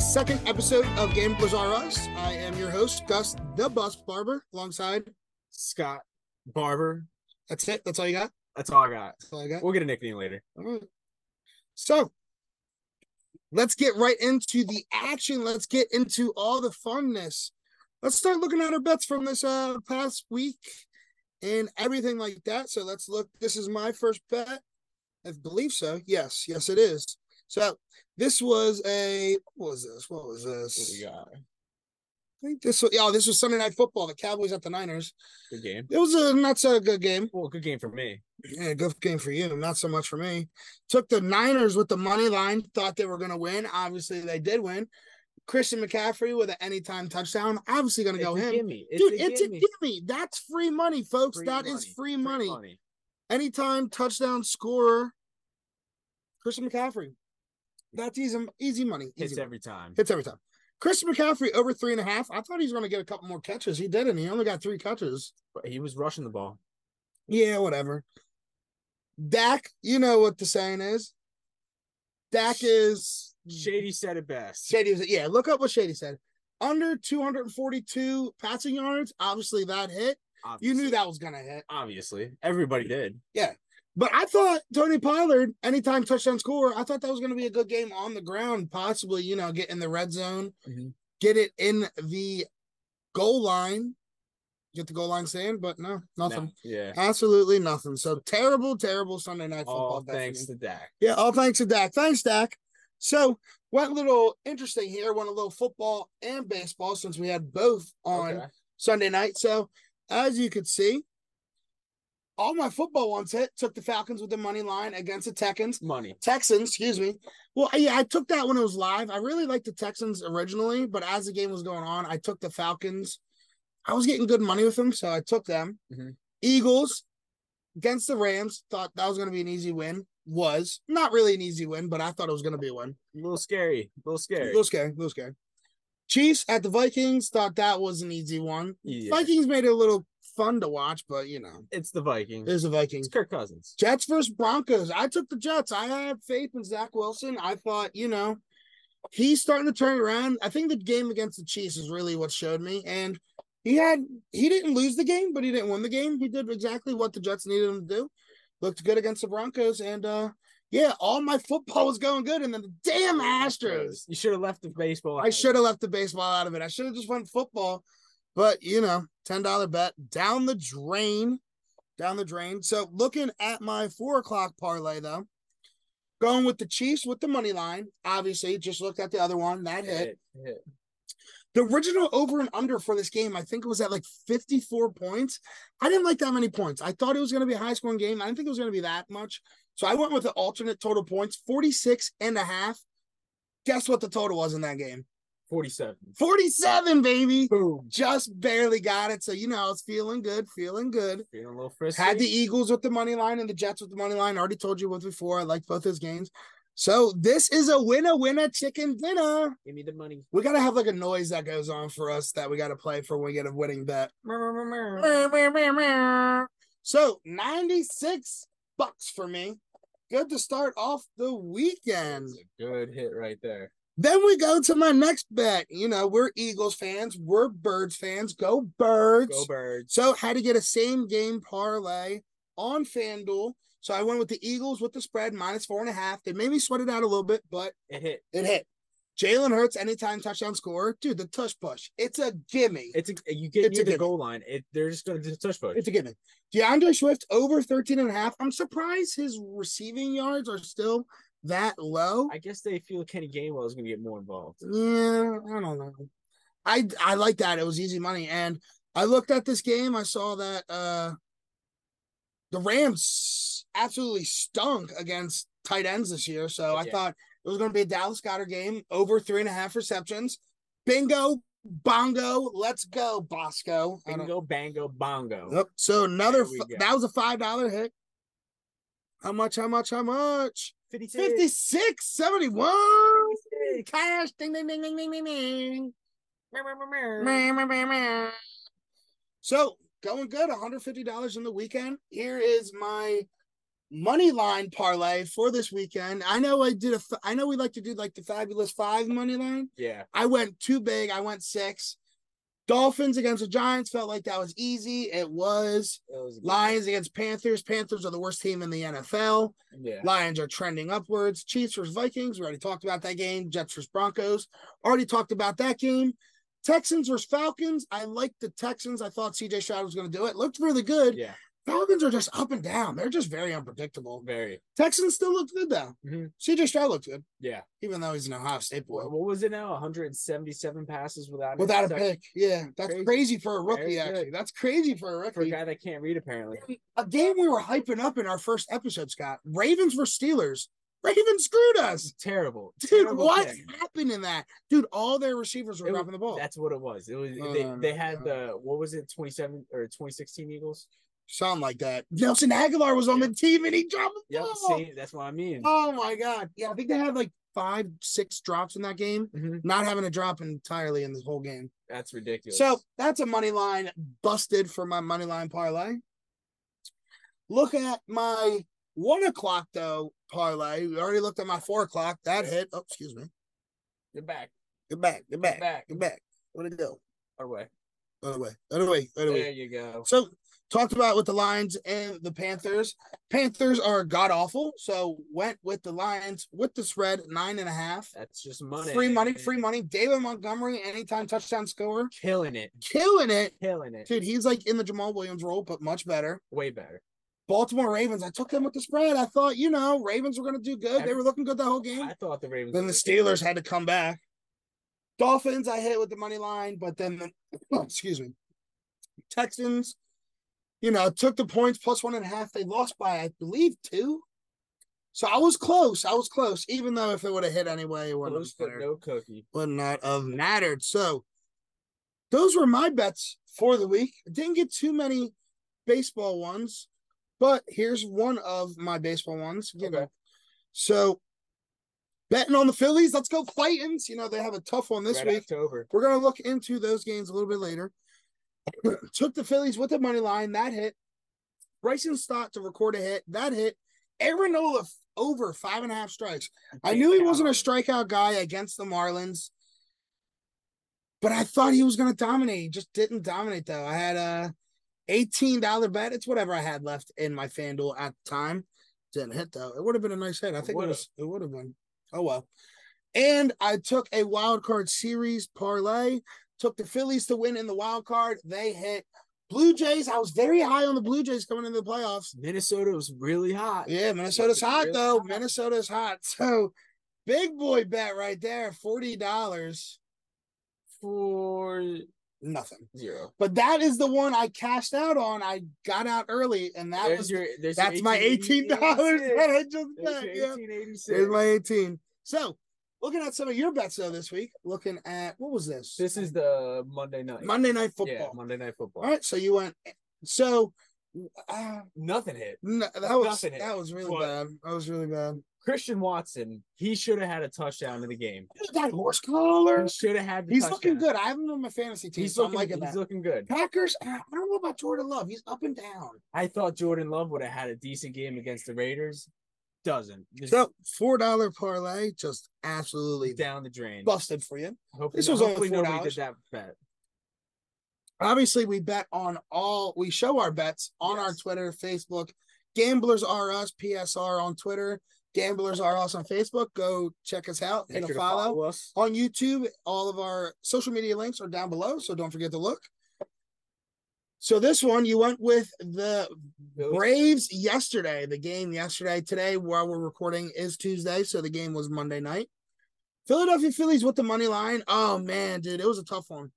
second episode of Gamblers Are Us. I am your host, Gus the Bus Barber, alongside Scott Barber. that's it. That's all you got. That's all I got. That's all I got. We'll get a nickname later. All right. So let's get right into the action. Let's get into all the funness. Let's start looking at our bets from this uh past week and everything like that. So let's look. This is my first bet. I believe so. Yes, yes, it is. So this was a what was this? What was What we this? got? I think this was yeah, this was Sunday night football, the Cowboys at the Niners. Good game. It was a not so good game. Well, good game for me. Yeah, good game for you. Not so much for me. Took the Niners with the money line. Thought they were going to win. Obviously, they did win. Christian McCaffrey with an anytime touchdown. Obviously, going to go him. gimme. Dude, it's a gimme. That's free money, folks. That is free money. Anytime touchdown scorer, Christian McCaffrey. That's easy, easy money. Easy Hits money. every time. Hits every time. Christian McCaffrey over three and a half. I thought he was going to get a couple more catches. He didn't. He only got three catches. But he was rushing the ball. Yeah, whatever. Dak, you know what the saying is. Dak is Shady said it best. Shady. Was, yeah, look up what Shady said. Under 242 passing yards. Obviously, that hit. You Obviously. knew that was gonna hit. Obviously, everybody did. But I thought Tony Pollard, anytime touchdown score, I thought that was gonna be a good game on the ground, possibly, you know, get in the red zone, Mhm. get it in the goal line, get the goal line stand, but no, nothing. No, Yeah. Absolutely nothing. So terrible, terrible Sunday night football. All bet for Oh, thanks me. to Dak. Yeah, all thanks to Dak. Thanks, Dak. So went a little interesting here. Went a little football and baseball since we had both on Okay. Sunday night. So as you could see, all my football ones hit. Took the Falcons with the money line against the Texans. Money. Texans, excuse me. Well, yeah, I took that when it was live. I really liked the Texans originally, but as the game was going on, I took the Falcons. I was getting good money with them, so I took them. Mhm. Eagles against the Rams. Thought that was going to be an easy win. Was not really an easy win, but I thought it was going to be a win. A little scary. A little A scary. little scary, a little scary. Chiefs at the Vikings. Thought that was an easy one. Yeah. Vikings made it a little fun to watch, but you know, It's the Vikings. it was the Vikings. It's Kirk Cousins. Jets versus Broncos. I took the Jets. I had faith in Zach Wilson. I thought, you know, he's starting to turn around. I think the game against the Chiefs is really what showed me. And he had he didn't lose the game, but he didn't win the game. He did exactly what the Jets needed him to do. Looked good against the Broncos. And uh yeah, all my football was going good. And then the damn Astros. You should have left the baseball. I should have left the baseball out of it. I should have just went football. But you know, ten dollar bet down the drain, down the drain. So looking at my four o'clock parlay though, going with the Chiefs with the money line. Obviously, just looked at the other one that hit. Hit, hit. The original over and under for this game, I think it was at like fifty four points. I didn't like that many points. I thought it was going to be a high scoring game. I didn't think it was going to be that much. So I went with the alternate total points, 46 and a half. Guess what the total was in that game? 47. 47, baby. Boom. Just barely got it. So, you know, it's feeling good, feeling good. Feeling a little frisky. Had the Eagles with the money line and the Jets with the money line. Already told you what before. I like both those games. So, this is a winner, winner, chicken dinner. Give me the money. We got to have like a noise that goes on for us that we got to play for when we get a winning bet. So, 96 bucks for me. Good to start off the weekend. That's a good hit right there. Then we go to my next bet. You know, we're Eagles fans, we're Birds fans. Go Birds. Go birds. So had to get a same game parlay on FanDuel. So I went with the Eagles with the spread minus four and a half. They made me sweat it out a little bit, but It hit. it hit. Jalen Hurts anytime touchdown scorer, dude. The tush push, it's a gimme. It's a you get It's a near the gimme. goal line. It they're just gonna do the touch push. It's a gimme. DeAndre Swift over 13 and a half. I'm surprised his receiving yards are still that low. I guess they feel Kenny Gainwell is gonna get more involved. Yeah, I don't know. I I like that. It was easy money, and I looked at this game. I saw that uh the Rams absolutely stunk against tight ends this year. So I Yeah. thought it was going to be a Dallas Goddard game over three and a half receptions. Bingo, bongo, let's go, Bosco. I don't- Bingo, bango, bongo. Yep. So another There we f- go. that was a five dollar hit. How much? How much? How much? 56. 56 71 cash ding ding ding ding ding ding ding Meow, meow, meow, meow. Meow, meow, meow, meow. so going good $150 in the weekend here is my money line parlay for this weekend. I know I did a. f- I know we like to do like the fabulous five money line. Yeah. I went too big. I went six. Dolphins against the Giants felt like that was easy. It was It was a good- Lions against Panthers. Panthers are the worst team in the NFL. Yeah. Lions are trending upwards. Chiefs versus Vikings. We already talked about that game. Jets versus Broncos. Already talked about that game. Texans versus Falcons. I like the Texans. I thought CJ Stroud was going to do it. Looked really good. Yeah. Falcons are just up and down. They're just very unpredictable. Very. Texans still looked good though. Mhm. CJ Stroud looked good, Yeah. even though he's an Ohio State boy. What, what was it now? 177 passes without an Without a interception pick, yeah, that's Crazy. crazy, for a rookie. Very good. Actually, that's crazy for a for a rookie. guy that can't read apparently. A game we were hyping up in our first episode, Scott. Ravens were Steelers. Ravens screwed us, Terrible. dude. terrible What pick. happened in that, dude? All their receivers were It was- dropping the ball. That's what it was. It was No, they, Oh, no, no, they had no. the what was it 27 or 2016 Eagles? Sound like that. Nelson Aguilar was on the team and he dropped the Yep. ball. See, that's what I mean. Oh my god. Yeah, I think they had like five, six drops in that game. Mhm. Not having a drop entirely in this whole game. That's ridiculous. So that's a money line busted for my money line parlay. Look at my one o'clock though parlay. We already looked at my four o'clock. That hit. Oh, excuse me. you're back. Get back. Get back. Back. back. Get back. Where'd it go? Our way. Other way. Other way. Other way. There you go. So talked about with the Lions and the Panthers. Panthers are god awful. So went with the Lions with the spread nine and a half. That's just money. Free money, free money. David Montgomery, anytime touchdown scorer, Killing it. killing it. Killing it. Dude, he's like in the Jamal Williams role, but much better. Way better. Baltimore Ravens. I took them with the spread. I thought, you know, Ravens were going to do good. They were looking good that whole game. I thought the Ravens. Then the would- Steelers had to come back. Dolphins, I hit with the money line, but then, the, oh, excuse me, Texans, you know, took the points plus one and a half. They lost by, I believe, two. So I was close. I was close, even though if it would have hit anyway, it wouldn't Close have but mattered. no cookie. Would not have mattered. So those were my bets for the week. Didn't get too many baseball ones, but here's one of my baseball ones. You know, Okay. so betting on the Phillies, let's go Fightins. You know, they have a tough one this Red week. October. We're gonna look into those games a little bit later. Took the Phillies with the money line, that hit. Bryson Stott to record a hit, that hit. Aaron Nola f- over five and a half strikes. I knew he wasn't a strikeout guy against the Marlins, but I thought he was gonna dominate. He just didn't dominate though. I had a eighteen dollar bet. It's whatever I had left in my FanDuel at the time. Didn't hit though. It would have been a nice hit. I think it would've. was. It would have been. Oh well. And I took a wild card series parlay. Took the Phillies to win in the wild card. They hit Blue Jays. I was very high on the Blue Jays coming into the playoffs. Minnesota was really hot. Yeah, Minnesota's Looking hot really though. hot. Minnesota's hot. So big boy bet right there, forty dollars, Four nothing. zero. But that is the one I cashed out on. I got out early, and that There's was your. There's your that's my eighteen dollars that I just There's bet. your Yeah, 1886. there's my eighteen. So looking at some of your bets though this week. Looking at what was this? This is the Monday night. Monday Night Football. Yeah, Monday night football. All right, so you went. So uh, Nothing hit. no, that was Nothing. that was really But- bad. That was really bad. Christian Watson, he should have had a touchdown in the game. That horse collar. He should have had. The He's touchdown. looking good. I have him on my fantasy team. He's so looking. I'm liking he's that. looking good. Packers. I I don't know about Jordan Love. He's up and down. I thought Jordan Love would have had a decent game against the Raiders. Doesn't. Just So four dollar parlay just absolutely down the drain. busted for you. Hopefully, this was only hopefully nobody $4. did that bet. Obviously, we bet on all. We show our bets on our Yes. Twitter, Facebook. Gamblers are us. PSR on Twitter. Gamblers are us on Facebook. Go check us out. Hit Make a sure to follow. us. on YouTube. All of our social media links are down below, so don't forget to look. So this one you went with the Bills. Braves yesterday. The game yesterday, today while we're recording is Tuesday, so the game was Monday night. Philadelphia Phillies with the money line. Oh man, dude, it was a tough one.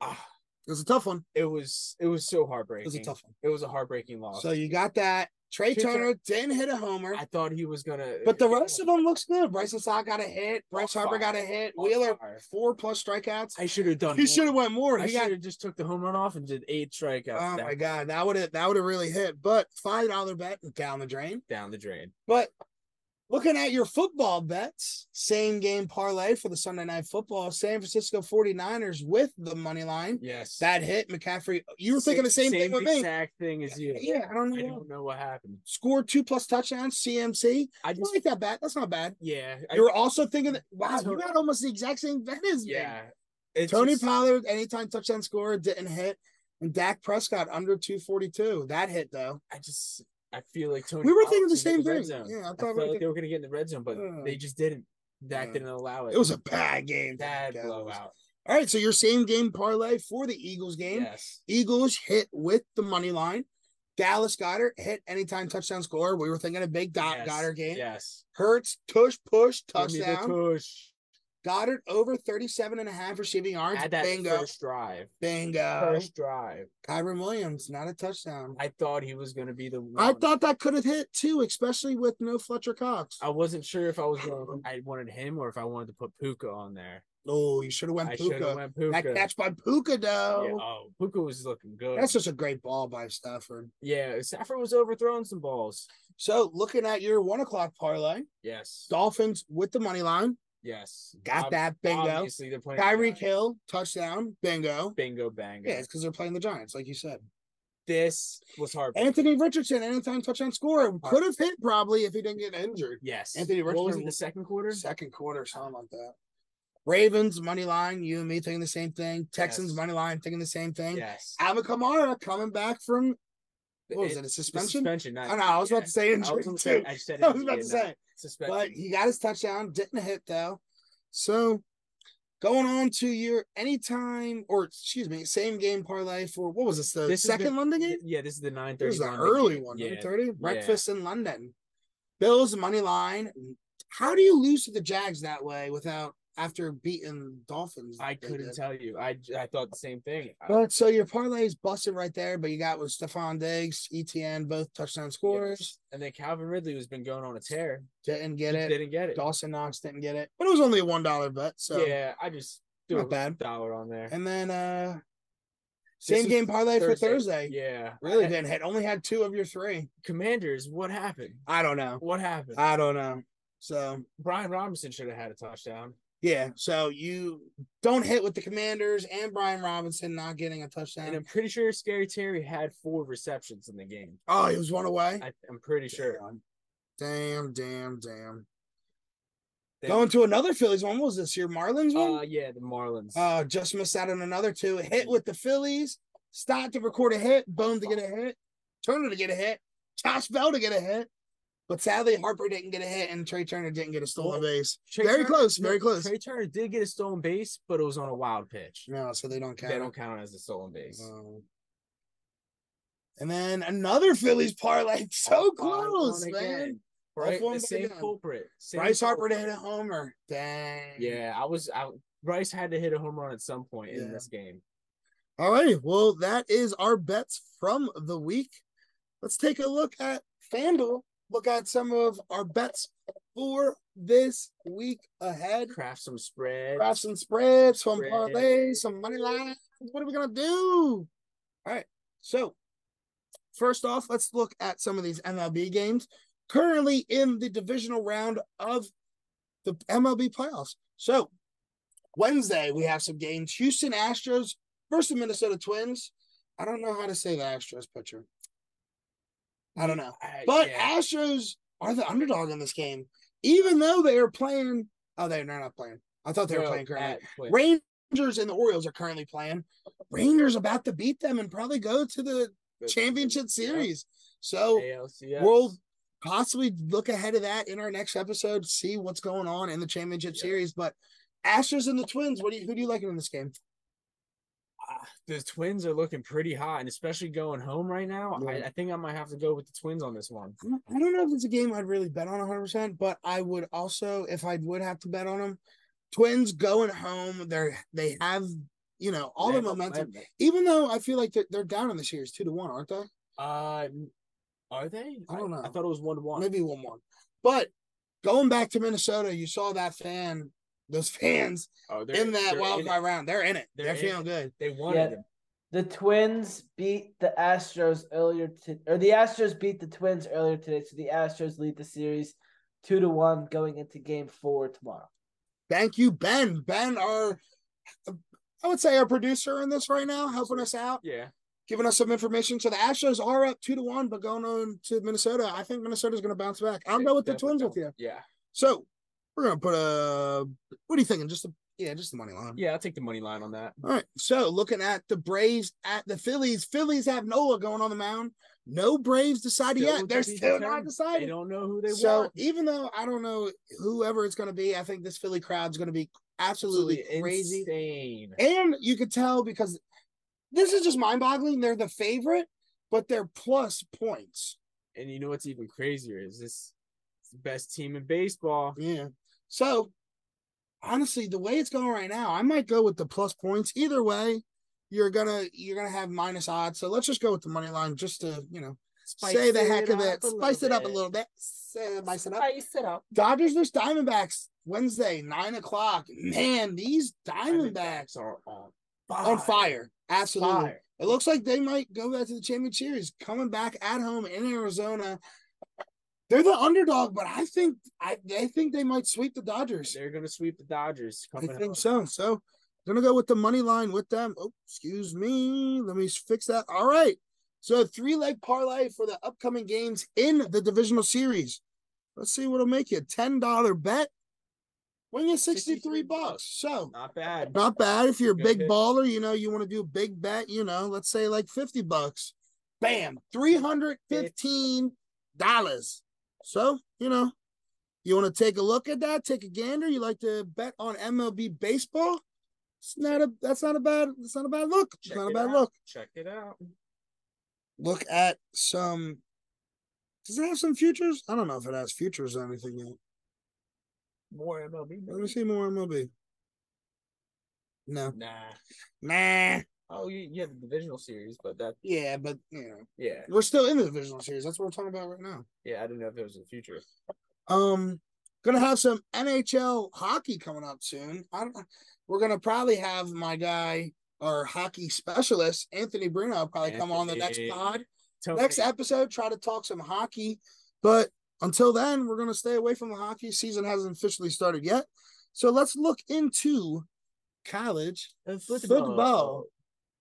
Ah, It was a tough one. it was. It was so It heartbreaking. was a tough one. It was a heartbreaking loss. So you got that. Trey Trey Turner- Turner didn't hit a homer, I thought he was gonna. but the rest of them looks good. Bryson Stott got a hit. Bryce On Harper fire. got a hit. On Wheeler fire. four plus strikeouts. I should have done. He more. should have went more. I He should got have just took the home run off and did eight strikeouts. Oh That my god, that would have that would have really hit. But five dollar bet down the drain. down the drain. But Looking at your football bets, same game parlay for the Sunday night football, San Francisco 49ers with the money line. Yes. That hit McCaffrey. You were thinking the same, thing with me. exact thing as you. Yeah, I don't I know. don't know what happened. Score two plus touchdowns, CMC. I I don't just like that bad. That's not bad. yeah. I- You were also thinking that wow, you Totally. got almost the exact same bet as me. yeah. It's Tony just- Pollard, anytime touchdown score didn't hit. And Dak Prescott under 242. That hit though. I just I feel like Tony. We were Pollard's thinking the gonna get same the red thing. zone. Yeah, I I thought felt about like it. they were going to get in the red zone, but Yeah. they just didn't. Dak Yeah. didn't allow it. It was a bad game. for the bad Cowboys. blowout. All right, so your same game parlay for the Eagles game. Yes. Eagles hit with the money line. Dallas Goddard hit anytime touchdown score. We were thinking a big dot yes. Goddard game. Yes. Hurts, tush, push, Give me the touchdown. Tush. Goddard over 37 and a half receiving yards. Add that Bingo. Uh-huh. first drive. Bingo. First drive. Kyron Williams, not a touchdown. I thought he was going to be the one. I thought that could have hit too, especially with no Fletcher Cox. I wasn't sure if I was going. I wanted him or if I wanted to put Puka on there. Oh, you should have went I should have Puka. went Puka. That catch by Puka, Yeah, though. oh, Puka was looking good. That's just a great ball by Stafford. yeah, Stafford was overthrowing some balls. So, looking at your one o'clock parlay, Yes. Dolphins with the money line. Yes. Got Ob- that bingo. Obviously, they're playing. Tyreek Hill, touchdown, bingo. Bingo bango. Yeah, it's because they're playing the Giants, like you said. This was hard. Anthony Richardson, anytime touchdown score, could have hit probably if he didn't get injured. Yes. Anthony What was Richardson it? The was- second quarter. Second quarter, something like that. Ravens, money line, you and me thinking the same thing. Texans, Yes. money line, thinking the same thing. Yes. Alvin Kamara coming back from what was it, a the suspension? suspension. Not, I know, I was about to say I injury was gonna say- too. I said I was about to yeah, no, say, suspension. but he got his touchdown, didn't hit though. So going on to your anytime or excuse me, same game parlay for what was this? The This is second the- London game? Yeah, this is the nine It thirty. was the early one, Yeah. nine thirty. Breakfast in London. Bills money line. How do you lose to the Jags that way without after beating Dolphins? I like they couldn't did? tell you. I I thought the same thing. I- But so your parlay is busted right there, but you got with Stephon Diggs, ETN, both touchdown scorers. And then Calvin Ridley has been going on a tear. Didn't get He it. didn't get it. Dawson Knox didn't get it, but it was only a one dollar bet. So yeah, I just threw Not a bad. dollar on there. and then uh This same was game parlay for Thursday. Yeah, Really I- didn't hit. Only had two of your three. Commanders, what happened? I don't know. What happened? I don't know. So Brian Robinson should have had a touchdown. yeah, so you don't hit with the Commanders and Brian Robinson not getting a touchdown. And I'm pretty sure Scary Terry had four receptions in the game. oh, he was one away. I, I'm pretty sure. Damn, damn, damn. They- Going to another Phillies one. What was this year? Marlins one? uh, yeah, the Marlins. Uh, just missed out on another two. Hit with the Phillies. Stott to record a hit. Boom to get a hit. Turner to get a hit. Josh Bell to get a hit. But sadly, Harper didn't get a hit, and Trey Turner didn't get a stolen base. Trey very Turner- close, very no, close. Trey Turner did get a stolen base, but it was on a wild pitch. No, so they don't count. They don't count it as a stolen base. Um, and then another Phillies parlay. So close, man. Right, Off one the by same gun. culprit. Same Bryce Harper to culprit. hit a homer. Dang. Yeah, I was. I Bryce had to hit a home run at some point in Yeah. this game. All right. Well, that is our bets from the week. Let's take a look at FanDuel. Look at some of our bets for this week ahead. Craft some spread. Grab some spreads, some Spread. parlays, some money lines. What are we gonna do? All right. So first off, let's look at some of these MLB games currently in the divisional round of the MLB playoffs. So Wednesday we have some games: Houston Astros versus the Minnesota Twins. I don't know how to say the Astros pitcher. I don't know. I- But Uh, yeah. Astros are the underdog in this game, even though they are playing. Oh, they're not playing. I thought they were Well, playing currently. at play- Rangers and the Orioles are currently playing. Rangers about to beat them and probably go to the but- championship series. So ALCS. we'll possibly look ahead of that in our next episode, see what's going on in the championship Yeah. series. But Astros and the Twins, what do you, who do you like in this game? Ah, the Twins are looking pretty hot, and especially going home right now. I, Yeah. I think I might have to go with the Twins on this one. I don't- I don't know if it's a game I'd really bet on 100%, but I would also, if I would have to bet on them, Twins going home. They're they have you know all the Man, momentum. man. Even though I feel like they're they're down in the series two to one, aren't they? Uh, are they? I don't know. I thought it was one to one. Maybe one one. But going back to Minnesota, you saw that fan, those fans Oh, they're- in that they're wild it. card round. They're in it. They're, They're in feeling good. They Yeah. wanted them. The Twins beat the Astros earlier to, or the Astros beat the Twins earlier today, so the Astros lead the series two to one going into game four tomorrow. Thank you, Ben. Ben, our I would say our producer in this right now, helping us out, Yeah. giving us some information. So the Astros are up two to one, but going on to Minnesota, I think Minnesota's going to bounce back. I'll go with the Twins with you. Yeah. So we're going to put a. What are you thinking? Just the yeah, just the money line. Yeah, I'll take the money line on that. All right. So looking at the Braves at the Phillies. Phillies have Noah going on the mound. No Braves decided Still yet. They're to be still not determined. They decided. don't know who they so want. even though I don't know whoever it's going to be, I think this Philly crowd's going to be absolutely, crazy. Insane. And you could tell because this is just mind boggling. They're the favorite, but they're plus points. And you know what's even crazier is this it's the best team in baseball. Yeah. So honestly, the way it's going right now, I might go with the plus points. Either way, you're gonna you're gonna have minus odds. So let's just go with the money line just to, you know, say the heck of it. Spice it up a little bit. Spice it up. Spice it up. Dodgers versus Diamondbacks Wednesday, nine o'clock. Man, these Diamondbacks Diamondbacks are on are on fire. Absolutely. Fire. It looks like they might go back to the championship series, coming back at home in Arizona. They're the underdog, but I think I they think they might sweep the Dodgers. They're gonna sweep the Dodgers. I Coming think home. so. So I'm gonna go with the money line with them. Oh, excuse me. Let me fix that. All right. So three leg parlay for the upcoming games in the divisional series. Let's see what'll make you. Ten dollar bet. Win you 63 63 bucks. So Not bad. not bad. If you're a Good big hit. baller, you know, you want to do a big bet, you know, let's say like 50 bucks. Bam, $315. So, you know, you want to take a look at that, take a gander. You like to bet on MLB baseball? It's not a that's not a bad it's not a bad look. It's Check not a it bad out. look. Check it out. Look at some does it have some futures? I don't know if it has futures or anything yet. More MLB. Let me see more MLB. No. Nah. Nah. Oh, you, you have the divisional series, but that Yeah, but you know. yeah, We're still in the divisional series. That's what we're talking about right now. yeah. I didn't know if there was a future. Um, gonna have some NHL hockey coming up soon. I don't. We're gonna probably have my guy, our hockey specialist, Anthony Bruno, probably come on the next Anthony. pod, Tell next me. episode. Try to talk some hockey, but until then, we're gonna stay away from the hockey season. Hasn't officially started yet, so let's look into college Uh, football.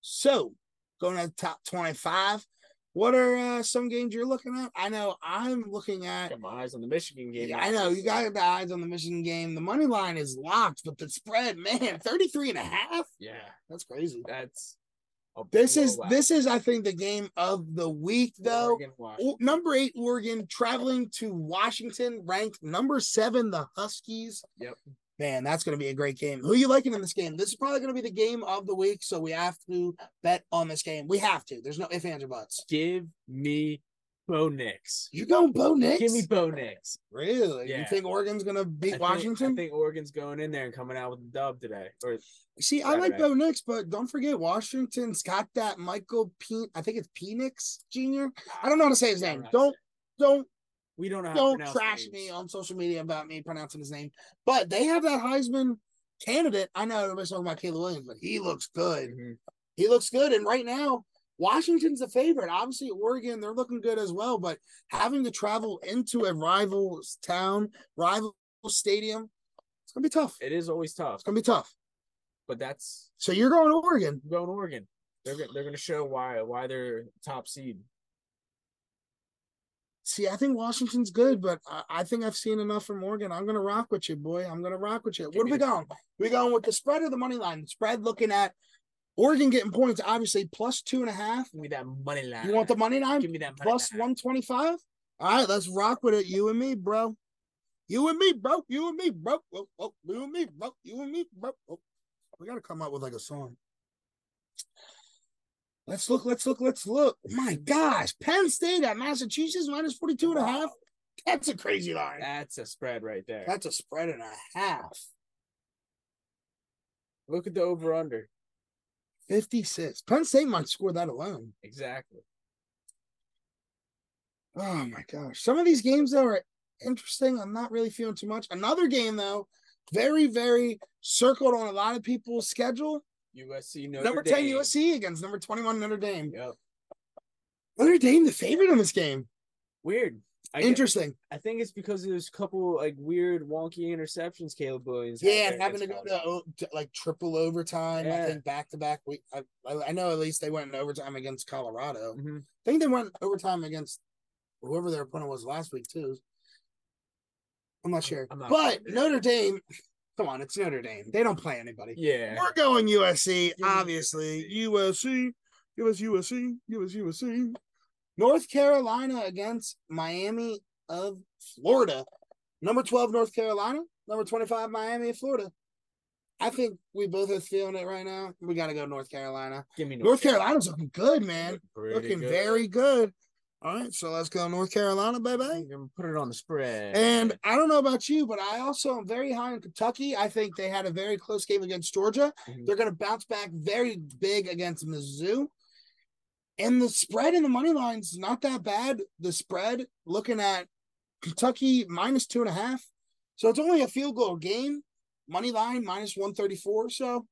So, going to the top 25, what are uh, some games you're looking at? I know I'm looking at. Got my eyes on the Michigan game. Yeah, I know you got the eyes on the Michigan game. The money line is locked, but the spread, man, 33 and a half. Yeah, That's crazy. that's. A This is blowout. this is I think the game of the week though. Oregon, Washington. O- Number 8 Oregon traveling to Washington, ranked number 7 the Huskies. Yep. Man, that's going to be a great game. Who you liking in this game? This is probably going to be the game of the week, so we have to bet on this game. We have to. There's no ifs, ands, or buts. Give me Bo Nix. You going Bo Nix? Give me Bo Nix. really? You Yeah. think Oregon's going to I beat think- Washington? I think Oregon's going in there and coming out with a dub today. Or See, I like Saturday. Bo Nix, but don't forget Washington's got that Michael P. I think it's Penix Jr. I don't know how to say his name. Don't don't we don't know. how to don't pronounce trash names. me on social media about me pronouncing his name. But they have that Heisman candidate. I know everybody's talking about Caleb Williams, but he looks good. Mhm. He looks good. And right now, Washington's the favorite. Obviously, Oregon, they're looking good as well. But having to travel into a rival town, rival stadium, it's gonna be tough. It's It is always tough, gonna be tough. but that's So you're going to Oregon. I'm going Oregon. They're go- they're going to show why why they're top seed. See, I think Washington's good, but I, I think I've seen enough from Oregon. I'm gonna rock with you, boy. I'm gonna rock with you. What are we going? We going with the spread or the money line? spread looking at Oregon getting points, obviously plus two and a half. Give me that money line. You want the money line Give me that money plus line. one twenty five? All right, let's rock with it. You and me, bro. You and me, bro. You and me, bro. Oh, oh, you and me, bro. You and me, bro. Oh. We gotta come up with like a song. Let's look, let's look, let's look. My gosh, Penn State at Massachusetts minus 42 and a half. That's a crazy line. That's a spread right there. That's a spread and a half. Look at the over under. 56. Penn State might score that alone. Exactly. Oh my gosh. Some of these games though are interesting. I'm not really feeling too much. Another game though, very, very circled on a lot of people's schedule. USC Notre number 10 Dame. USC against number 21 Notre Dame. Yep. Notre Dame the favorite in this game. Weird. I get- Interesting. I think it's because of those couple like weird wonky interceptions Caleb Williams. had Yeah, there and having to go against to, Colorado. o- to like triple overtime. I Yeah. think back to back. We I, I I know at least they went in overtime against Colorado. Mhm. I think they went overtime against whoever their opponent was last week too. I'm not sure, I'm not- but Notre Dame. Come on, it's Notre Dame. They don't play anybody. Yeah. We're going USC, Give me obviously. USC, give us USC, give us USC. North Carolina against Miami of Florida. Number 12, North Carolina. Number 25, Miami of Florida. I think we both are feeling it right now. We got to go North Carolina. Give me North Carolina's looking good, man. Pretty Looking good. very good. All right, so let's go North Carolina, baby. I'm gonna put it on the spread. And I don't know about you, but I also am very high on Kentucky. I think they had a very close game against Georgia. Mhm. They're going to bounce back very big against Mizzou. And the spread in the money line's not that bad. The spread looking at Kentucky minus two and a half. So it's only a field goal game. Money line minus 134. So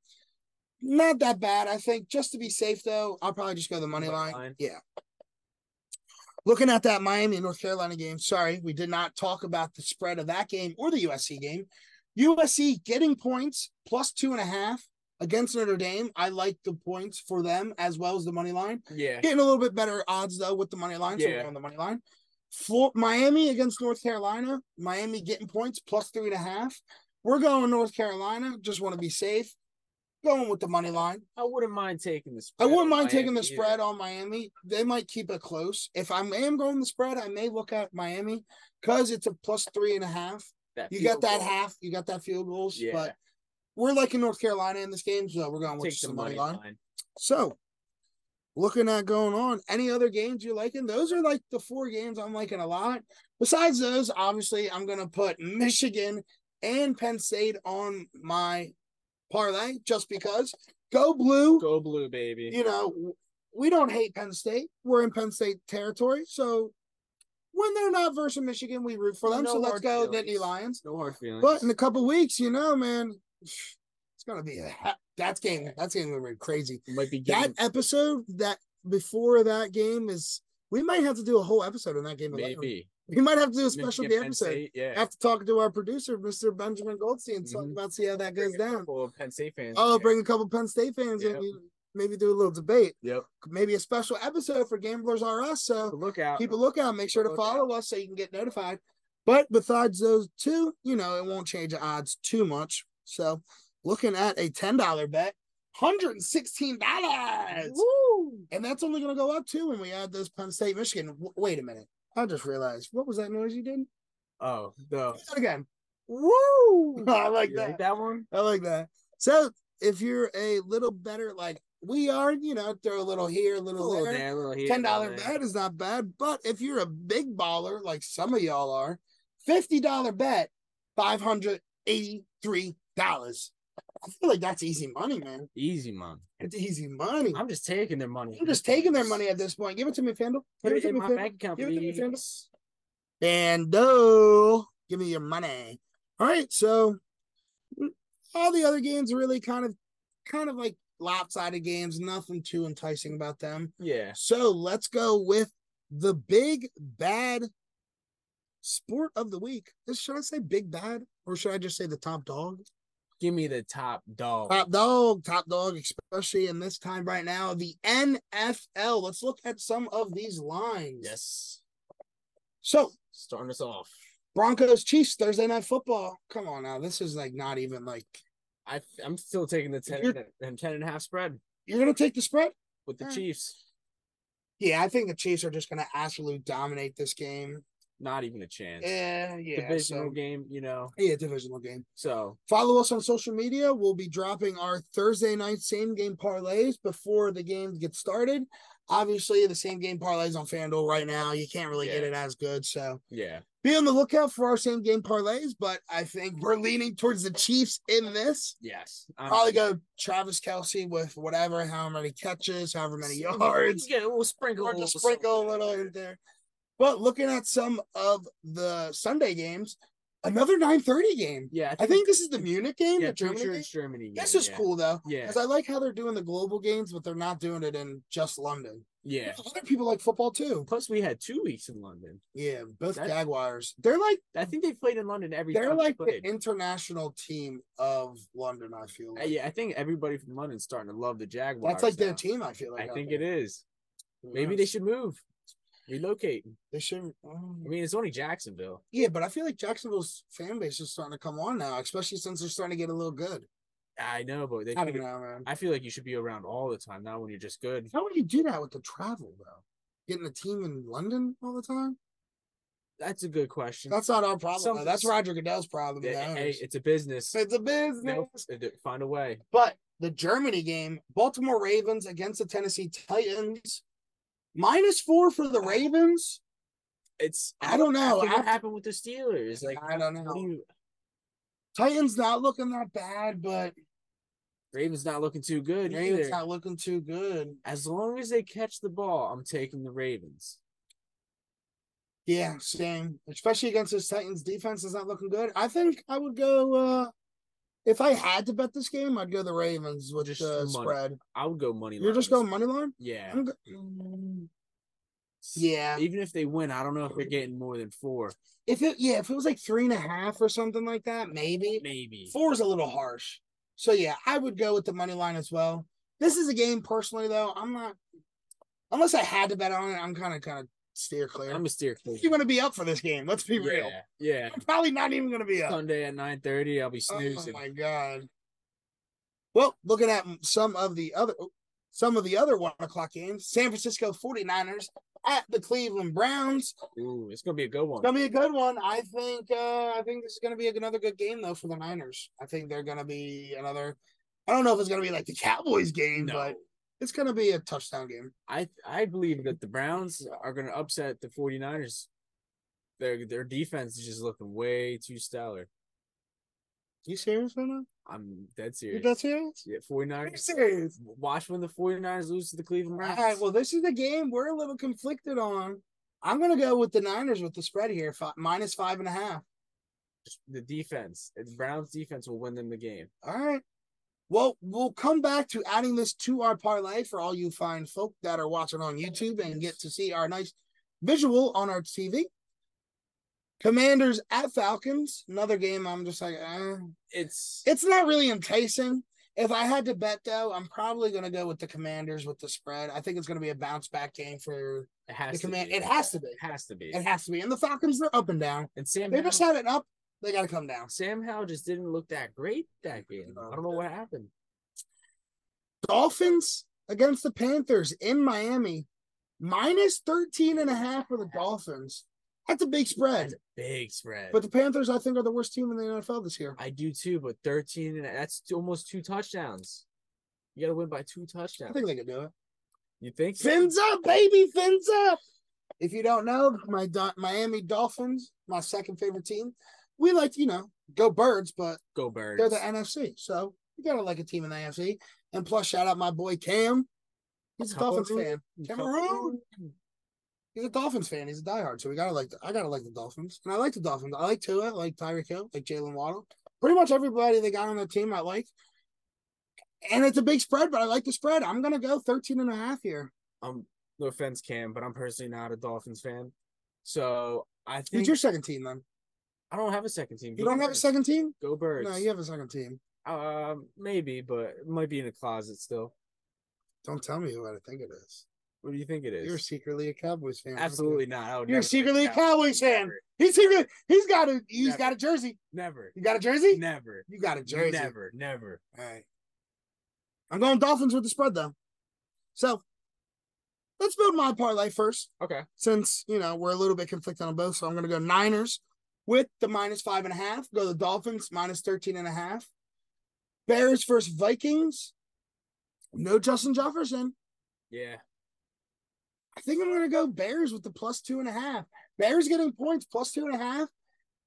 not that bad. I think just to be safe, though, I'll probably just go the money Money line. line. Yeah. Looking at that Miami and North Carolina game, sorry, we did not talk about the spread of that game or the USC game. USC getting points plus two and a half against Notre Dame. I like the points for them as well as the money line. yeah. Getting a little bit better odds though with the money line. So Yeah. we're on the money line. For Miami against North Carolina, Miami getting points plus three and a half. We're going North Carolina. Just want to be safe. Going with the money line. I wouldn't mind taking the I spread. wouldn't on mind taking the Miami either. spread on Miami. They might keep it close. If I am going the spread, I may look at Miami because it's a plus three and a half. That You got field that goal. half. You got that field goals. Yeah. But we're liking North Carolina in this game, so we're going with Take just the the money line. line. So, looking at going on, any other games you're liking? Those are like the four games I'm liking a lot. Besides those, obviously, I'm going to put Michigan and Penn State on my parlay just because. Go blue. Go blue, baby. You know, w- we don't hate Penn State. We're in Penn State territory. So, when they're not versus Michigan, we root for them. No so, let's hard go, feelings. Nittany Lions. No hard feelings. But in a couple weeks, you know, man, it's gonna be a, that's game. That's game gonna be crazy. might be That getting episode that before that game is we might have to do a whole episode on that game. alone. maybe We might have to do a Michigan, special Penn game episode. State, yeah. Have to talk to our producer, Mr. Benjamin Goldstein, talk Mhm. about see how that Bring goes a down. couple of Penn State fans. Oh, in. bring a couple Penn State fans Yep. in. you- Maybe do a little debate. Yep. Maybe a special episode for Gamblers R Us. So Look out. keep a lookout. Make Keep a sure to lookout. follow us so you can get notified. But besides those two, you know, it won't change the odds too much. So looking at a $10 bet, $116. Woo! And that's only going to go up too when we add those Penn State, Michigan. W- wait a minute. I just realized what was that noise you did? Oh, the Do that again. woo! I like You like that. that one? I like that. So if you're a little better, like we are, you know, throw a little here, a A little little there. there, a little here, a Ten little dollar there. bet is not bad, but if you're a big baller like some of y'all are, fifty dollar bet, five hundred eighty three dollars. I feel like that's easy money, man. Easy, man. It's easy money. I'm, I'm just taking their money. just taking their money at this point. Give it to me, Fandle. Put Give it to in me, my Fandle. bank account, Give it to me, please. Fandle. Fandle, give me your money. All right, so mm, all the other games are really kind of, kind of like lopsided games. Nothing too enticing about them. Yeah. So let's go with the big bad sport of the week. This- Should I say big bad or should I just say the top dog? Give me the top dog. Top dog, top dog, especially in this time right now. The NFL. Let's look at some of these lines. Yes. So Starting us off. Broncos, Chiefs, Thursday night football. Come on now. This is like not even like I I'm still taking the 10, You're- and 10 and a half spread you're gonna take the spread? with the Alright. Chiefs. Yeah, I think the Chiefs are just gonna absolutely dominate this game. Eh, Not even a chance. Yeah, yeah. Divisional So, game, you know. yeah, divisional game. So Follow us on social media. We'll be dropping our Thursday night same game parlays before the games get started. Obviously, the same game parlays on FanDuel right now. You can't really get Yeah. it as good. So yeah. be on the lookout for our same game parlays. But I think we're leaning towards the Chiefs in this. Yes. I'm- Probably go Travis Kelsey with whatever, how many catches, however many yards Yeah, we'll sprinkle. or just sprinkle a little in there. But looking at some of the Sunday games, Another 9:30 game. Yeah, I think this is the Munich game. yeah, the Germany pretty sure game? it's Germany. game, This is yeah. cool though, Yeah, because I like how they're doing the global games, but they're not doing it in just London. yeah. Other people like football too. Plus, we had two weeks in London. Yeah, both That- Jaguars. They're like I think they played in London every Hmm. they're time they like the played. international team of London. I feel. Uh, Like. yeah, I think everybody from London's starting to love the Jaguars. that's like their now. team. I feel like. I think it is. Maybe they should move, relocate. They should. um, I mean, it's only Jacksonville. yeah, but I feel like Jacksonville's fan base is starting to come on now, especially since they're starting to get a little good. I know, but they. I don't could've- know, man. I feel like you should be around all the time, not when you're just good. How would you do that with the travel though? Getting a team in London all the time? That's a good question. That's not our problem. Some- though. That's Roger Goodell's problem. Hey, the hey, owners. it's a business. it's a business. Nope. Find a way. But the Germany game, Baltimore Ravens against the Tennessee Titans, minus four for the Ravens. It's I don't know. after what After- happened with the Steelers? Like I don't how do know. you, Titans not looking that bad, but Ravens not looking too good Ravens either. not looking too good. As long as they catch the ball, I'm taking the Ravens. Yeah, same. Especially against this Titans defense is not looking good. I think I would go uh if I had to bet this game, I'd go the Ravens with Just the the money. spread. I would go money. You're just going lines. money line? Yeah. I'm go- yeah. Even if they win, I don't know if they're getting more than four. If it yeah, if it was like three and a half or something like that, maybe. Maybe. Four is a little harsh. So yeah, I would go with the money line as well. This is a game personally though. I'm not unless I had to bet on it, I'm kinda kinda steer clear. I'm a steer clear. you gonna be up for this game, let's be real. Yeah. yeah. I'm probably not even gonna be up. Sunday at nine thirty, I'll be Oh snoozing. my god. Well, looking at some of the other some of the other one o'clock games, San Francisco 49ers at the Cleveland Browns. Ooh, it's gonna be a good one. It's gonna be a good one. I think. Uh, I think this is gonna be another good game though for the Niners. I think they're gonna be another. I don't know if it's gonna be like the Cowboys game, No. but it's gonna be a touchdown game. I I believe that the Browns are going to upset the 49ers. Their their defense is just looking way too stellar. You serious right now? I'm dead You serious. that serious? Yeah, You 49ers. serious? Watch when the 49ers lose to the Cleveland All Browns. right. Well, this is the game we're a little conflicted on. I'm gonna go with the Niners with the spread here, five, minus five and a half. the defense, the Browns defense will win them the game. All right. Well, we'll come back to adding this to our parlay for all you fine folk that are watching on YouTube and get to see our nice visual on our TV. Commanders at Falcons, another game. I'm just like, eh. It's it's not really enticing. If I had to bet though, I'm probably going to go with the Commanders with the spread. I think it's going to be a bounce back game for it the has to command. be. It has to be. It has to be. It has to be. And the Falcons are up and down. and Sam They Howell, just had it up. They got to come down. Sam Howell just didn't look that great that game. I don't know what happened. Dolphins against the Panthers in Miami, minus 13 and a half for the Dolphins. That's a big spread. Big spread. But the Panthers, I think, are the worst team in the NFL this year. I do too, but 13 and that's almost two touchdowns. You got to win by two I touchdowns. think they could do it. You think so? Fins up, baby, fins up. If you don't know, my Do- Miami Dolphins, my second favorite team, we like, you know, go birds, but Go Birds. they're the NFC. So you got to like a team in the NFC. And plus, shout out my boy Cam. He's a Dolphins fan. Cameroon. He's a Dolphins fan. He's a diehard, so we gotta like. The, I gotta like the Dolphins, and I like the Dolphins. I like Tua, I like Tyreek Hill, like Jalen Waddle. Pretty much everybody they got on their team, I like. And it's a big spread, but I like the spread. I'm gonna go 13 and a half here. Um, no offense, Cam, but I'm personally not a Dolphins fan. So I think Who's your second team then? I don't have a second team. You Go don't have a Birds. second team? Go Birds. No, you have a second team. Um, maybe, but it might be in the closet still. Don't tell me who I think it is. What do you think it is? You're secretly a Cowboys fan. Absolutely not. I would You're never pick secretly a that. Cowboys fan. Never. He's secretly, he's got a he's Never. got a jersey. Never. You got a jersey? Never. You got a jersey. Never. Never. All right. I'm going Dolphins with the spread though. So let's build my parlay first, Okay. since you know we're a little bit conflicted on both. So I'm gonna go Niners with the minus five and a half, go the Dolphins minus 13 and a half. Bears versus Vikings. No Justin Jefferson. Yeah. I think I'm gonna go Bears with the plus two and a half. Bears getting points plus two and a half.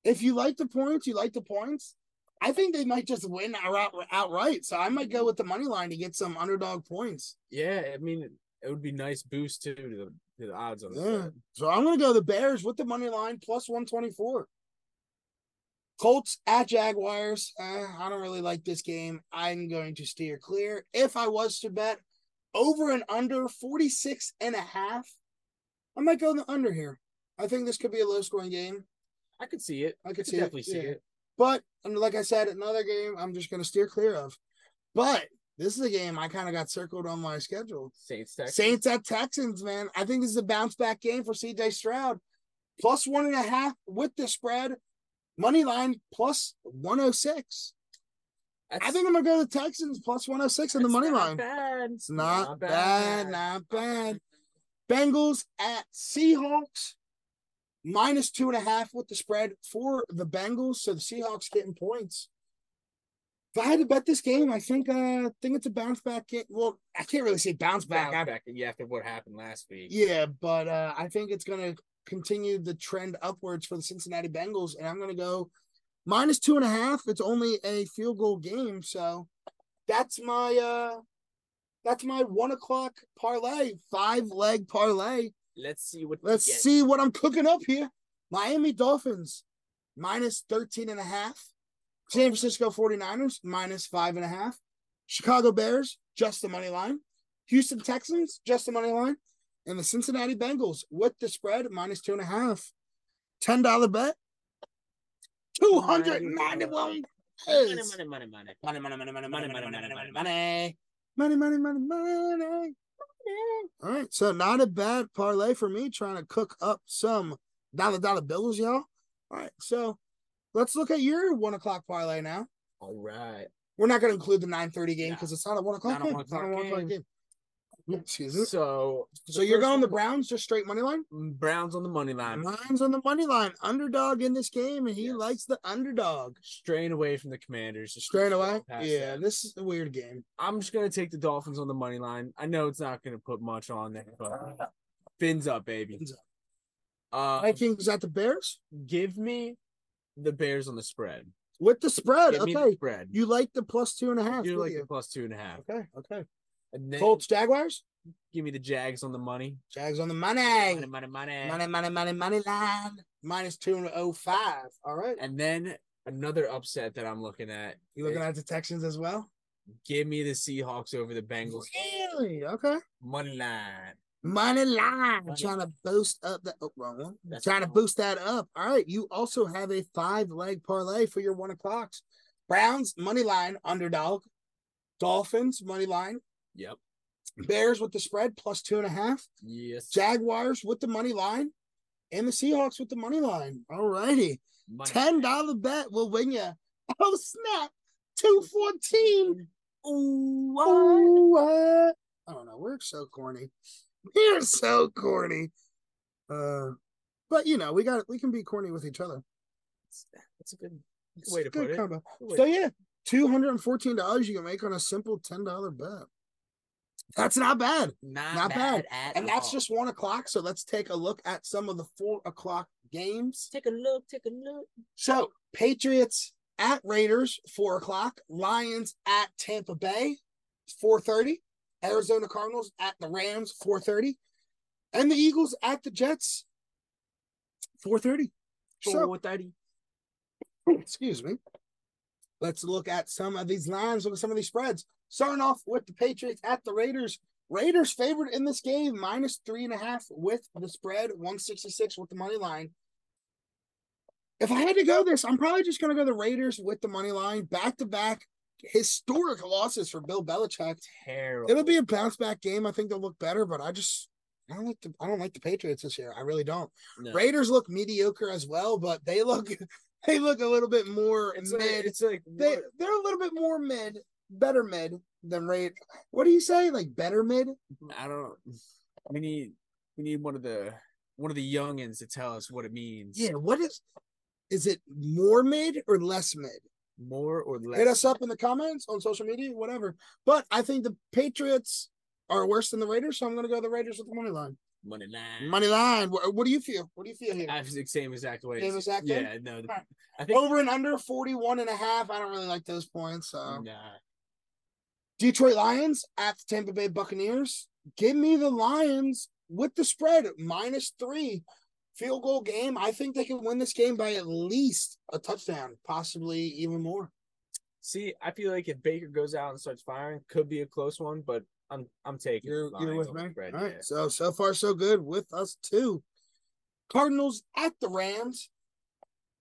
If you like the points, you like the points. I think they might just win out, outright. So I might go with the money line to get some underdog points. Yeah. I mean, it would be nice boost too to the to the odds on the Yeah. spread. So I'm gonna go the Bears with the money line plus one twenty four. Colts at Jaguars. Uh, I don't really like this game. I'm going to steer clear. If I was to bet over and under 46 and a half, I might go the under here. I think this could be a low scoring game. I could see it. I could I could see definitely it. see yeah. it. But and like I said, another game I'm just going to steer clear of. But this is a game I kind of got circled on my schedule. Saints Texans. Saints at Texans, man. I think this is a bounce back game for CJ Stroud. Plus one and a half with the spread. Money line plus 106. I That's- think I'm going to go to the Texans plus 106 on the that's money not line. Bad. It's not, bad. Not bad. Bengals at Seahawks. Minus two and a half with the spread for the Bengals. So the Seahawks getting points. If I had to bet this game, I think uh think it's a bounce back game. Well, I can't really say bounce back. I- Back, back. Yeah, after what happened last week. yeah, but uh, I think it's going to continue the trend upwards for the Cincinnati Bengals, and I'm going to go minus two and a half. It's only a field goal game, so that's my uh, that's my one o'clock parlay, five leg parlay. Let's see what. we Let's get. see what I'm cooking up here. Miami Dolphins minus 13 and a half. San Francisco 49ers minus five and a half. Chicago Bears, just the money line. Houston Texans, just the money line. And the Cincinnati Bengals with the spread minus two and a half. Ten dollar bet. Two hundred ninety-one. Money, Yes. money, money, money. Money, money, money, money, money, money, money, money, money, money, money, money, money, money. All right, so not a bad parlay for me trying to cook up some dollar dollar bills, y'all. All right, so let's look at your one o'clock parlay now. All right. We're not going to include the nine thirty game Nah. because it's not a one o'clock Not a game. one It's not a o'clock one o'clock game. game. Excuse me. So, Mm-hmm. So you're first going the Mm-hmm. one, Browns just straight money line. Browns on the money line, Mine's on the money line, underdog in this game, and he Yes. likes the underdog. straying away from the Commanders. just Straight away, past yeah. that. This is a weird game. I'm just gonna take the Dolphins on the money line. I know it's not gonna put much on there, but fins up, baby. Fins Uh, Vikings at the Bears give me the Bears on the spread. with the spread. Give me the Okay, spread. you like the plus two and a half. do don't like the you? plus two and a half, Okay, okay. and then Colts, Jaguars, give me the Jags on the money. Jags on the money. Money, money, money. Money, money, money, money line. Minus two and oh five. All right. And then another upset that I'm looking at. You looking is at the Texans as well? Give me the Seahawks over the Bengals Really? Okay. money line. Money line. Money. Trying to boost up that oh, wrong one. That's Trying to wrong. boost that up. All right. You also have a five leg parlay for your one o'clocks. Browns, money line, underdog. Dolphins, money line. Yep. Bears with the spread, plus two and a half. Yes. Jaguars with the money line. And the Seahawks with the money line. All righty. Money. Ten dollar bet will win you. Oh snap! Two fourteen. Ooh, what? I don't know. We're so corny. We're so corny. Uh, but you know we got we can be corny with each other. That's a good It's way a to good put it. combo. Good way So to- yeah, two hundred and fourteen dollars you can make on a simple ten dollar bet. That's not bad, Not, not bad. at and that's all. just one o'clock. So let's take a look at some of the four o'clock games. take a look, take a look. So Patriots at Raiders, four o'clock. Lions at Tampa Bay, four thirty. Arizona Cardinals at the Rams, four thirty, and the Eagles at the Jets, four thirty. So Four thirty. excuse me. Let's look at some of these lines. Look at some of these spreads. Starting off with the Patriots at the Raiders. Raiders favored in this game, minus three and a half with the spread, 166 with the money line. If I had to go this, I'm probably just going to go the Raiders with the money line, back to back historic losses for Bill Belichick. Terrible. It'll be a bounce back game. I think they'll look better, but I just I don't like the I don't like the Patriots this year. I really don't. No. Raiders look mediocre as well, but they look they look a little bit more It's like, mid. it's like they what- they're a little bit more mid, better mid than Raid. What do you say? Like better mid? I don't. We need we need one of the one of the youngins to tell us what it means. Yeah. What is? Is it more mid or less mid? More or less. Hit us up in the comments on social media, whatever. But I think the Patriots are worse than the Raiders, so I'm gonna go the Raiders with the money line. Money line. Money line. What, what do you feel? What do you feel here? I was the same exact way. Same exact thing? Yeah, no. the- Alright. I think Over and under 41 and a half. I don't really like those points. So. nah. Detroit Lions at the Tampa Bay Buccaneers. Give me the Lions with the spread minus three. field goal game. I think they can win this game by at least a touchdown, possibly even more. See, I feel like if Baker goes out and starts firing, could be a close one, but I'm I'm taking You're the you're Lions with over me. the spread, All right. yeah. So so far so good with us too. Cardinals at the Rams.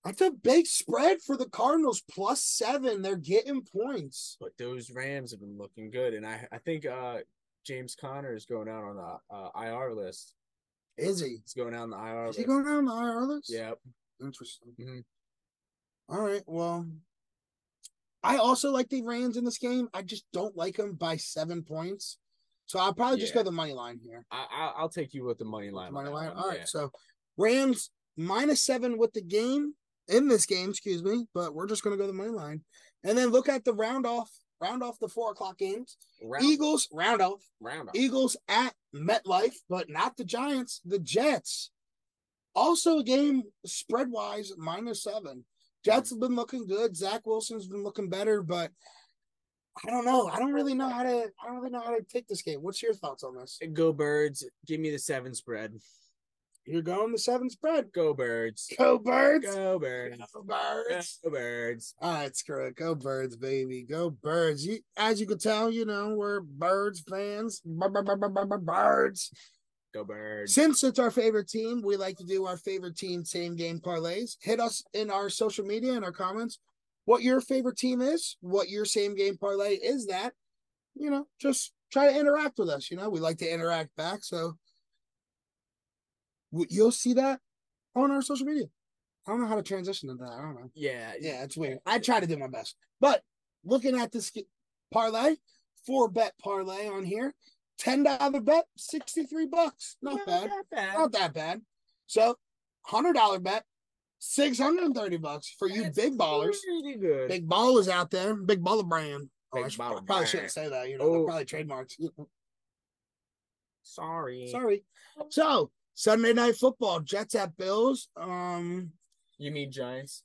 That's a big spread for the Cardinals plus seven. They're getting points. But those Rams have been looking good, and I I think uh James Conner is going out on the uh, IR list. Is he? He's going out on the IR Is list. he going down the IR list? yeah, Interesting. Mm-hmm. Mhm. All right. Well, I also like the Rams in this game. I just don't like them by seven points. So I'll probably just Yeah. go the money line here. I, I I'll take you with the money line. on Money that line. one, All right. yeah. So Rams minus seven with the game in this game, excuse me, but we're just gonna go the money line. And then look at the round off, round off the four o'clock games. Round, Eagles round off. round off. Eagles at MetLife, but not the Giants, the Jets. Also a game spread wise, minus seven. Jets have been looking good. Zach Wilson's been looking better, but I don't know. I don't really know how to I don't really know how to take this game. What's your thoughts on this? Go birds. Give me the seven spread. You're going the seven spread. Go birds. Go birds. Go birds. Go birds. Go birds. All right, screw it. Go birds, baby. Go birds. You, as you can tell, you know, we're birds fans. Bur- bur- bur- bur- bur- bur- Birds. Go birds. Since it's our favorite team, we like to do our favorite team same game parlays. Hit us in our social media and our comments what your favorite team is, what your same game parlay is that. You know, just try to interact with us. You know, we like to interact back. So w- you'll see that on our social media. I don't know how to transition to that. I don't know. Yeah. Yeah, it's weird. I try to do my best. But looking at this g- parlay, four bet parlay on here, $10 bet, 63 bucks. Not Not bad that bad. not that bad. So, hundred dollar bet, six hundred and thirty bucks for you That's big ballers, Pretty good. big ballers out there, big baller brand. Oh, I Big should- baller I probably brand. shouldn't say that. You know, they're Oh. probably trademarks. Sorry. Sorry. So Sunday night football, Jets at Bills. Um, You mean Giants?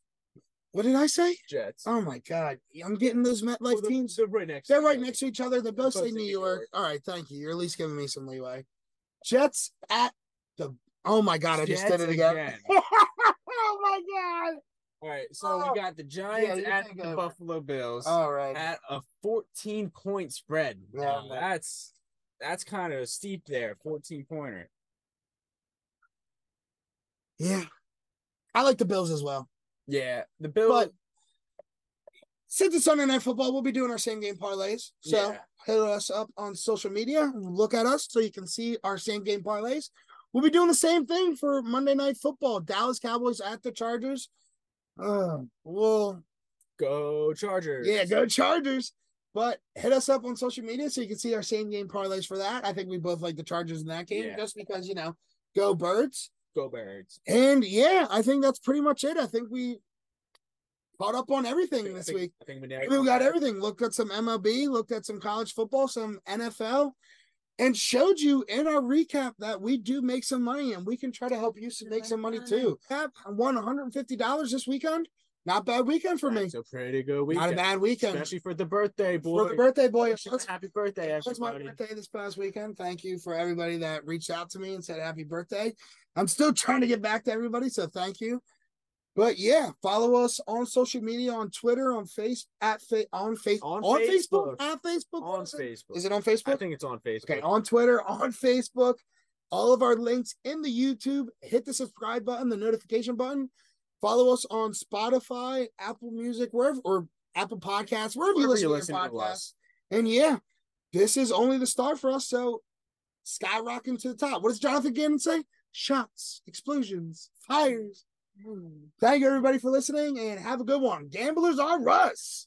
what did I say? Jets. Oh my god, I'm getting those Well, MetLife they're- teams. They're right next. They're to each right other. next to each other. They both Both say in New New York. York. All right, thank you. You're at least giving me some leeway. Jets at the. Oh my god, I just did Jets it again. again. oh my god. All right. So Oh. we got the Giants you at take the over. Buffalo Bills All right. at a 14 point spread. Yeah, Now, man. that's that's kind of steep there. 14 pointer. Yeah. I like the Bills as well. Yeah. The Bills. But- Since it's Sunday Night Football, we'll be doing our same game parlays. So Yeah. hit us up on social media. Look at us so you can see our same game parlays. We'll be doing the same thing for Monday Night Football. Dallas Cowboys at the Chargers. Uh, well, Go Chargers. yeah, go Chargers. But hit us up on social media so you can see our same game parlays for that. I think we both like the Chargers in that game Yeah. just because, you know, go birds. Go Birds. And yeah, I think that's pretty much it. I think we caught up on I everything think- I this think- week. I think we I nailed think we it. got everything. Looked at some MLB, looked at some college football, some NFL, and showed you in our recap that we do make some money and we can try to help you to make some money too. I won $150 this weekend. Not bad weekend for me. That's a pretty good weekend. Not a bad weekend. Especially for the birthday boy. For the birthday boy, let's Happy birthday, it was my everybody. birthday this past weekend. Thank you for everybody that reached out to me and said happy birthday. I'm still trying to get back to everybody, so thank you. But yeah, follow us on social media on Twitter, on Face at fa- on Face On on Facebook, Facebook. at Facebook. On Is it- Facebook. Is it on Facebook? I think it's on Facebook. Okay, on Twitter, on Facebook, all of our links in the YouTube. Hit the subscribe button, the notification button. Follow us on Spotify, Apple Music, wherever or Apple Podcasts, wherever, Wherever you listen, you to listen your to podcasts. us. And yeah, this is only the start for us. So skyrocketing to the top. What does Jonathan Gannon say? Shots, explosions, fires. Thank you everybody for listening and have a good one. Gamblers are us.